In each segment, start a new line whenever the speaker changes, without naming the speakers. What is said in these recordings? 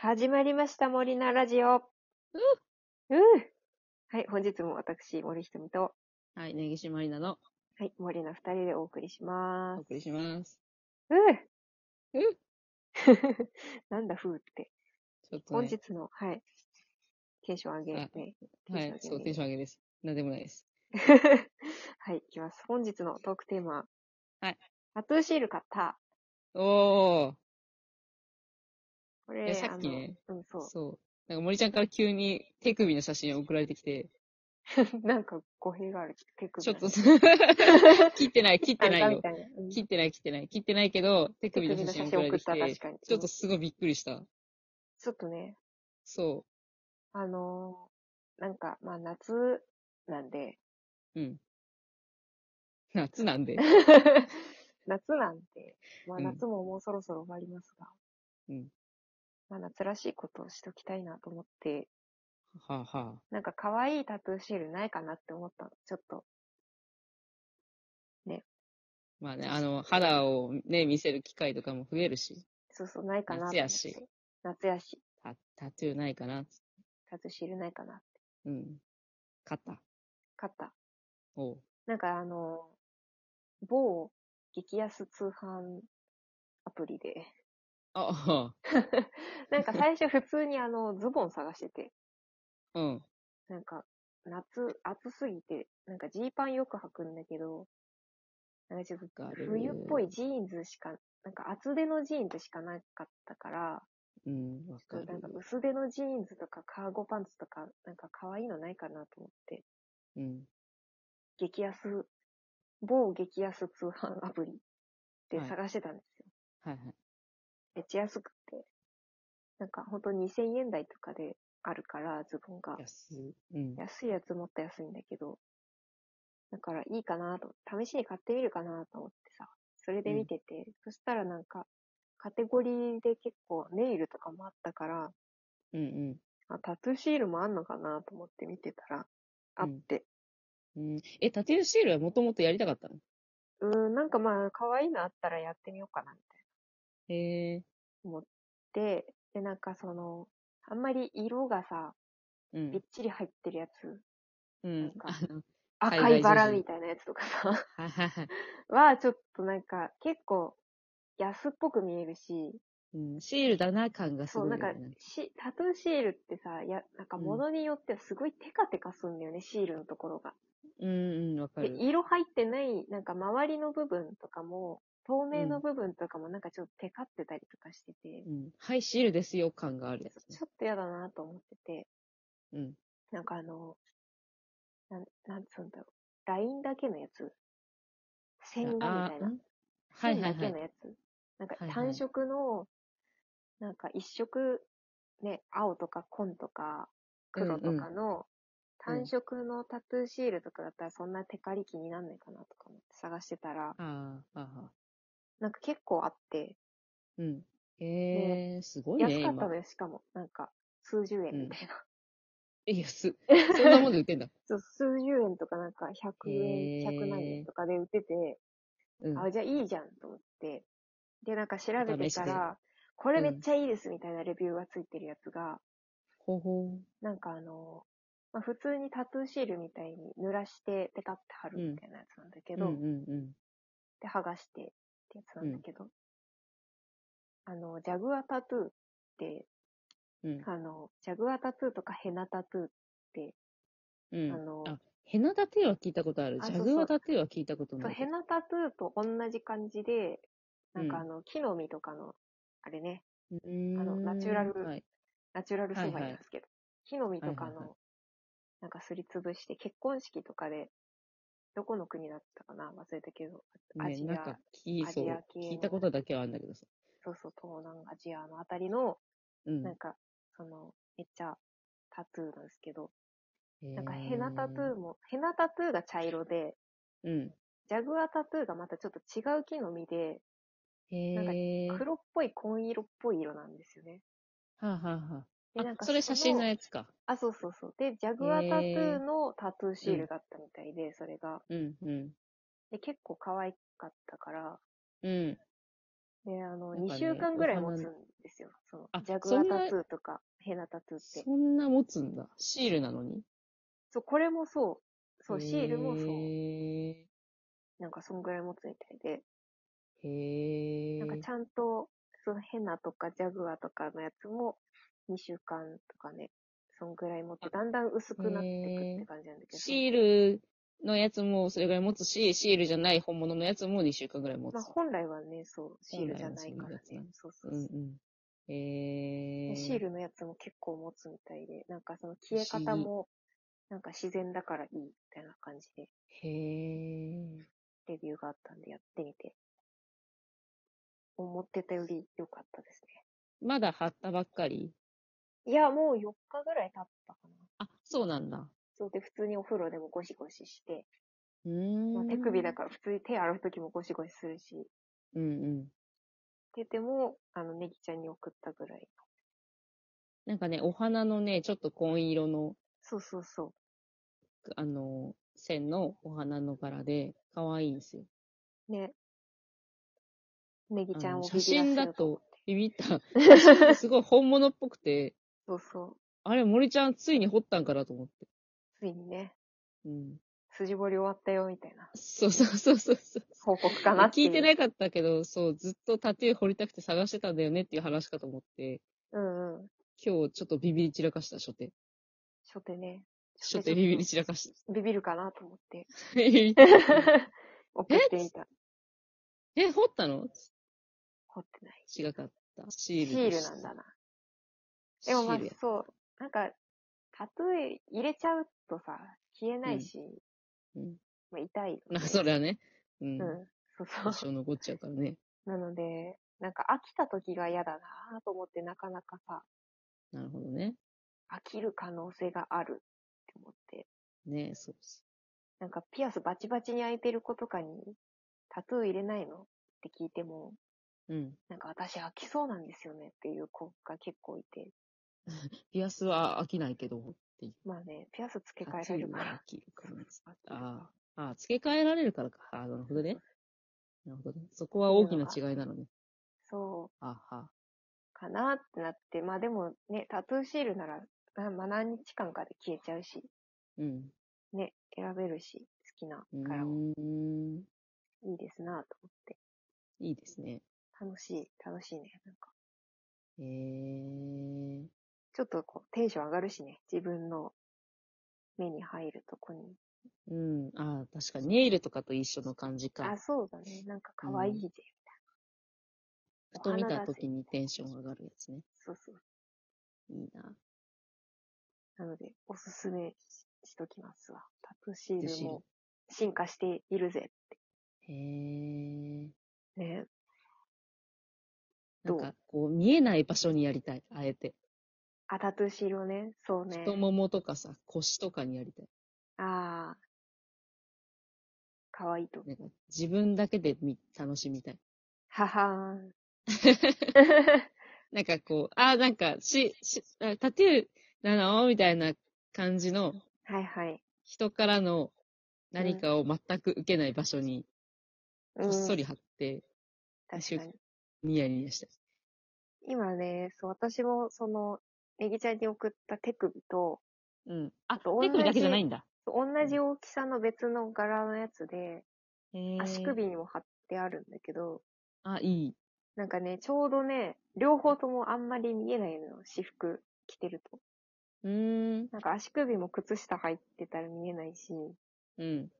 始まりました、森菜ラジオ。うん。はい、本日も私、森ひとみと、
はい、根岸まりなの、
はい、森菜二人でお送りしま
お
す。
送りします。
うん。
う
なんだ、ふうって。
ちょっと、
本
ね、
日の、はい、テンション上げ、
あ
ね。
は
テン
い、
ション上げ
そう、テンション上げです。なんでもないです。
はい、いきます。本日のトークテーマ。
はい。
タトゥーシール買った。
おー、
こ
いや
れ、
さっきね
あの、うん、そ
そう。なんか森ちゃんから急に手首の写真を送られてきて、
う。なんか、語弊がある。手首
ちょっ と
の、
切ってない、切ってな
あ
い
んたみ
よ。
たいな。うん
切ってない、切ってない。切ってないけど、手
手
首の
首
写
の
真
写
を
真
送られ
送
て
っ
き
た、確
て、
かに。
ちょっ
う
と
ん
すごいびっくりした。
ちょっとね、
そ
あのーなんか、まあ夏なんで、
う。うん。夏なんで。
夏なんで、まあ
うん
夏ももうそろそろ終わりますが、
うん。
まあ夏らしいことをしときたいなと思って、
はあ、はあ。
なんか可愛いタトゥーシールないかなって思ったの、ちょっと。
まあね、あの、肌をね、見せる機会とかも増えるし、
そうそう、ないかな
夏やし
と思って。夏やし、
タタトゥーないかな。
タトゥーシールないかな。
うん。買った。
買った。
おう。
なんかあのー某激安通販アプリで、
あ、
なんか最初普通にあの、ズボン探してて、
うん。
なんか、夏、暑すぎて、なんかジーパンよく履くんだけど、なんかちょっと
わかる
冬っぽいジーンズしか、なんか厚手のジーンズしかなかったから、
うん、わ
ち
か
ょっとなん
る
か。薄手のジーンズとかカーゴパンツとか、なんか可愛いのないかなと思って、
うん。
激安、某激安通販アプリで
はい
探してたんですよ。
はいはい。
めっちゃ安くて。なんかほんと2000円台とかであるから、ズボンが。
安い。うん。
安いやつもっと安いんだけど、だからいいかなと、試しに買ってみるかなと思ってさ、それで見てて、そしたらなんか、カテゴリーで結構ネイルとかもあったから、
うんうん
あタトゥーシールもあんのかなと思って見てたら、あって、
うん。え、タトゥーシールはもともとやりたかったの
うーん、なんかまあ、可愛いのあったらやってみようかな、みたい
へえ。
な思って、で、なんかその、あんまり色がさ、
う
びっ
ん。
ちり入ってるやつ、
うん
なん。か
あ の、海
赤
外
いバラ
女子
みたいなやつとかさ、
はいはいはい。
は、ちょっとなんか、結構、安っぽく見えるし、
うん。シールだな感がす
そう、
ごい
な
よ
んか
ね。
し、タトゥーシールってさ、や、なんか
うん
物によってはすごいテカテカすんだよね、シールのところが。
うんうん、わか
で、
る。
色入ってない、なんか周りの部分とかも、透明の部分とかもなんかちょっとテカってたりとかしてて
う、ん。はい、シールですよ感があるやつね
ち。ょっと嫌だなと思ってて、
うん。
なんかあの、なん、なんつうんだろう、ラインだけのやつ線画みたいな
あ。はいは
だ
いは
けの
い。
やつ。なんか
はいはい
単色の、なんか一色、ね、青とか紺とか黒とかの
うん
単色のタトゥーシールとかだったらそんなテカリ気になんないかなとか思って探してたら、
ああ、ああ。
なんか結構あって、
うん。へえ、すごいね、
安かった
今
の。よ、しかも。なんか、数十円みたいな。
え、安。そんなもんで売ってんだ。
そう数十円とかなんか100円、
へー
100何円とかで売ってて、
う ん。
あ、じゃあいいじゃんと思って。で、なんか調べて
試したて
ら、これめ
う
っ
ん
ちゃいいですみたいなレビューがついてるやつが、
ほほ
なんかあの、まあ、普通にタトゥーシールみたいに濡らしてペタって貼るみたいなやつなんだけ
う。うん
ど、
うんうん。
で、剥がしてってやつなんだけど、あの、ジャグアタトゥーって、
うん。
あの、ジャグアタトゥーとかヘナタトゥーって、
うん、
あの
あ、ヘナタトゥーは聞いたことある。
あ
ジ
そ
ャ
うそう
グワタトゥーは聞いたこと
と
ないけ
ヘ
ど。
ナタトゥーと同じ感じで、なんか
うん
あの、木の実とかの、あれね、
うーん
あのナチュラル
はい。
ナチュラル素材
はいはい
なんですけど、木の実とか
はいはい
の、なんかすりつぶして、結婚式とかで、どこの国だったかな忘れたけど、ア
ね、
ジ
なん
ア
か、聞い
アジ
そう
ア。系の
聞いたことだけはあるんだけどさ。
そうそう、東南アジアのあたりの、
うん。
なんか、その、めっちゃタトゥーなんですけど、
へー
なんかヘナタトゥーも、ヘナタトゥーが茶色で、
うん。
ジャグアタトゥーがまたちょっと違う木の実で、
へ
なんか
え。は
黒っぽい紺色っぽい色なんですよね。
あ、はあは
で
あ、
な
あ
んか
それ写真の
の
やつか。
あ、そうそうそう。で、ジャグアタトゥーのタトゥーシー
う
ル
ん
だったみたいで、それが。
うん、うん。
で、結構可愛かったから、
うん。
で、あの、
なんか
2
ね
週間ぐらい
お
持
花
つん
の
ですよ。その
あ、
ジャグ
そ
ア
んな
タトゥーとか、ヘナタトゥーって。
そんな持つんだ。シールなのに
そう、これもそう。そう、シールもそう。
へ
なんかそんぐらい持つみたいで。
え。へえ。
なんかちゃんと、そのヘナとかジャグアとかのやつも、2週間とかね、そんぐらい持って、だんだん薄くなってくって感じなんだけど。
シールのやつもそれぐらい持つし、シールじゃない本物のやつも2週間ぐらい持つ。
まあ本来はね、そう、シールじゃないから
本来
ね
はそういうやつなん。
そうそう
う
そうん
うん。へえ。
シールのやつも結構持つみたいで、なんかその消え方も、なんか自然だからいいみたいな感じで、
へえ。
レビューがあったんでやってみて、思ってたより良かったです
まだ貼ったばっかり
ね。いや、もう4日ぐらい経ったかな。
あ、そうなんだ。
そうで、普通にお風呂でもゴシゴシして、
う
ま
ー
あ、
ん。
手首だから普通に手洗うときもゴシゴシするし、って
ら。うんうん。
言っても、あの、ネギちゃんに送ったぐらい。
なんかね、お花のね、ちょっと紺色の、
そうそうそう。
あの、線のお花の柄で、可愛いんですよ。
ね。ネギちゃんを
あの
ビビ
写
らせよ
真
う
だ
と思っ
と
て。
ビビった。 写真だとすごい本物っぽくて、
そうそう。
あれ、森ちゃんついに掘ったんかなと思って。
ついにね、
うん。
筋彫り終わったよ、みたいな
そうそうそうそうそう。
報告かなってい
聞
う。
いてなかったけど、そう、ずっとタトゥー掘りたくて探してたんだよねっていう話かと思って、
うんうん。
今日ちょっとビビり散らかした、初手。
初手ね。
初手ビビり散らかし
ビビるかなと思 って。
た。え、
送ってみた。
掘ったの
掘ってない。
違かった。シ
シ
ール
ー
で
ル
した。
なんだな。でもまあ
シールや
そう、なんか、タトゥー入れちゃうとさ、消えないし、
うん。
まあ、痛いので。
まあ、それはね。うん。
うん。そう
一
そ
生残っちゃうからね。
う。なので、なんか飽きた時が嫌だなと思って、なかなかさ、
なるほどね。
飽きる可能性があるって思って、
ねそうそ
なんかピアスバチバチに開いてる子とかに、タトゥー入れないのって聞いても、
う。うん。
なんか私飽きそうなんですよねっていう子が結構いて、
ピアスは飽きないけど、っていう。
まあね、ピアス付け替え
タ
ら
ト
れ
ゥ
る
ー
か
は
ら
飽。きるからね。
そうそう
ああ。ああ、付け替えられるからか。ああ、なるほどね。なるほどね。そこは大きな違いなのね。
そう
あは。
かなってなって、まあでもね、タトゥーシールなら、まあまあ何日間かで消えちゃうし、
うん。
ね、選べるし、好きな
う
からを
ーん。
いいですなと思って。
いいですね。
楽しい、楽しいね。なんか、
えー。
ちょっとこう、テンション上がるしね、自分の目に入るとこに。
うん。ああ、確かにネイルとかと一緒の感じ
あ、
か。
そうだね。なんか可愛いぜ、みたいな。
ふと見
お花
た
だぜ
時にテンション上がるやつね。
そうそう。
いいな。
なので、おすすめししときますわ。タトゥーシー
タトゥーシ
ル
ール
も進化しているぜ。
へえ。
ね。
な
ど
んか、こう、見えない場所にやりたい。あえて。
あ、タトゥーシールをね。そうね。
太ももとかさ、腰とかにやりたい。
ああ。かわいいと。
なんか、自分だけでみ楽しみたい。
はは ーん。
なんかこう、ああ、なんか、し、し、あタトゥーなのみたいな感じの、
はいはい。
人からの何かを全く受けない場所に、
う
こ
ん
っそり貼って、
確かに。
ニヤニヤした。
今ね、そう、私もその、ネギちゃんに送った手首と、
うん。あ、
と同
手
じ
首だけじゃないんだ。
同じ大きさの別の柄のやつで、足首。にも貼ってあるんだけど、
あ、いい。
なんかね、ちょうどね、両方ともあんまり見えないのよ、私服着てると。
うーん。
なんか足首も靴下入ってたら見えないし、
うん。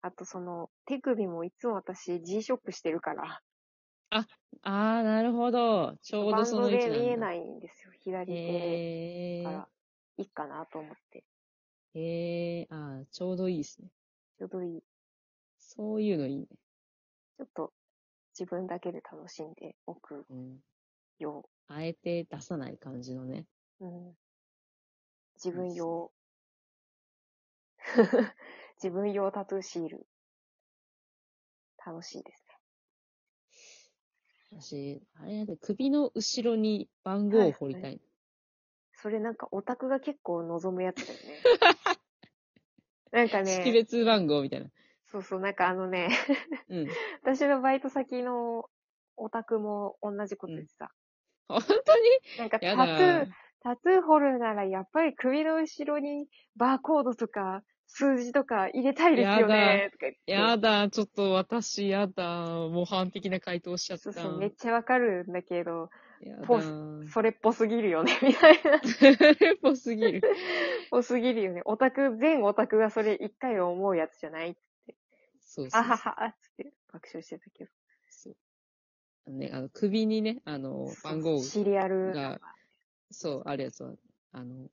あとその、手首もいつも私 G ショックしてるから、
あー、なるほど。ちょう
バ
ど
ン
そ
ド
の位置
で
なんだ。
見えないんですよ、左手
へ
か
ー
ら。いいかなと思って、
へーあー、ちょうどいいですね。
ちょうどいい。
そういうのいいね。
ちょっと自分だけで楽しんでおく
うん。
よ
あえて出さない感じのね。
う。うん、自分用、 自分用タトゥーシール。楽しいですね。
私、あれなんだ、首の後ろに番号を彫りたい。
はそれなんかオタクが結構望むやつだよね。 なんか
識
ね、
別番号みたいな。
そうそう、なんかあのね、
うん。
私のバイト先のオタクも同じこと言ってた。
本当に
なんかタ
や
ト
だ
ゥー、タトゥー掘るならやっぱり首の後ろにバーコードとか数字とか入れたいですよね。とか言って
やだ、ちょっと私やだ、模範的な回答しちゃった。
そうそう、めっちゃわかるんだけど、
やだ。
ポー それっぽすぎるよね、みたいな。
レポすぎる。
ぽすぎるよね。オタク、全オタクがそれ一回は思うやつじゃ ない
そうそう
あ
そ
は
う
は、つって爆笑してたけど。
そうあのね、あの、首にね、あの、番号
シリアル。
がそう、あるやつは、あの、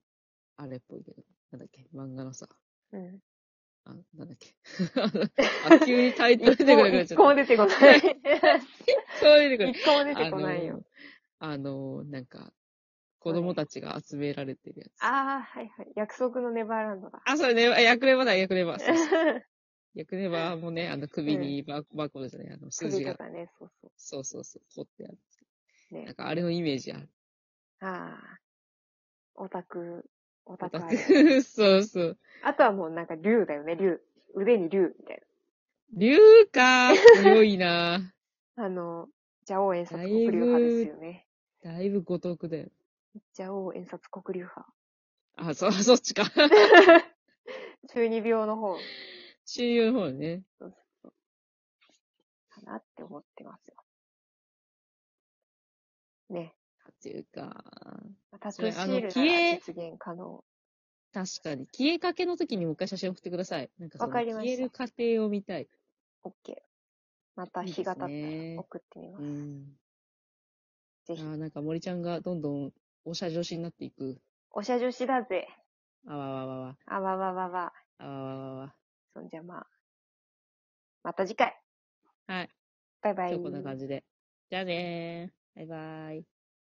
あれっぽいけど、なんだっけ、漫画のさ、
うん。
あ、なんだっけ。 あ、急にタイ トル出てこなくなっ
一
ちゃっ
個も
た。
出てこない。
そう出てこない。
一個も出てこないよ。
あの、あの、なんか、子供たちが集められてるやつ。
ああ、はいはい。約束のネバーランドだ。
あ、そうね、あヤクレバだ、ヤクレ バ。そうそうヤクレバもね、あの、首にバーバーコードじゃない、あの、数字
首
が
と、かね、そうそ
そうそうそう、掘ってあるんです
う。
けど。な
ね
ん。か、あれのイメージある。
ああ。オタク、オ
オ
タク
タ
ある。
ク、 そうそう。
あとはもうなんか竜だよね、竜。腕に竜みたい
竜 か、強いな。
な。あの、蛇王演
だ
殺
い
黒
ぶ
竜派ですよね。
だいぶ五徳だよ。
蛇王演殺黒竜派。
あ、そ、そっちか。
中二病の方か
親友の方ね。
なって思ってますよ。ね。
っていうか、
タト
それ
ゥーシ
あ
ー
の
ルな
消
ら
え
実現可能。
確かに。消えかけの時にもう一回写真送ってください。なんかその
わかりました
消える過程を見たい。
OK。また
いい
日が経った
ですね
ら送ってみます。
うん。
ぜ
あ
ひ。
ーなんか森ちゃんがどんどんおしゃ女子になっていく。
おしゃ女子だぜ。
あわわわわ。
あわわわわ。
あわわわわ。
そんじゃまあ。また次回。
はい。
バイバイ。
今日こんな感じで。じゃあねー。バイバーイ。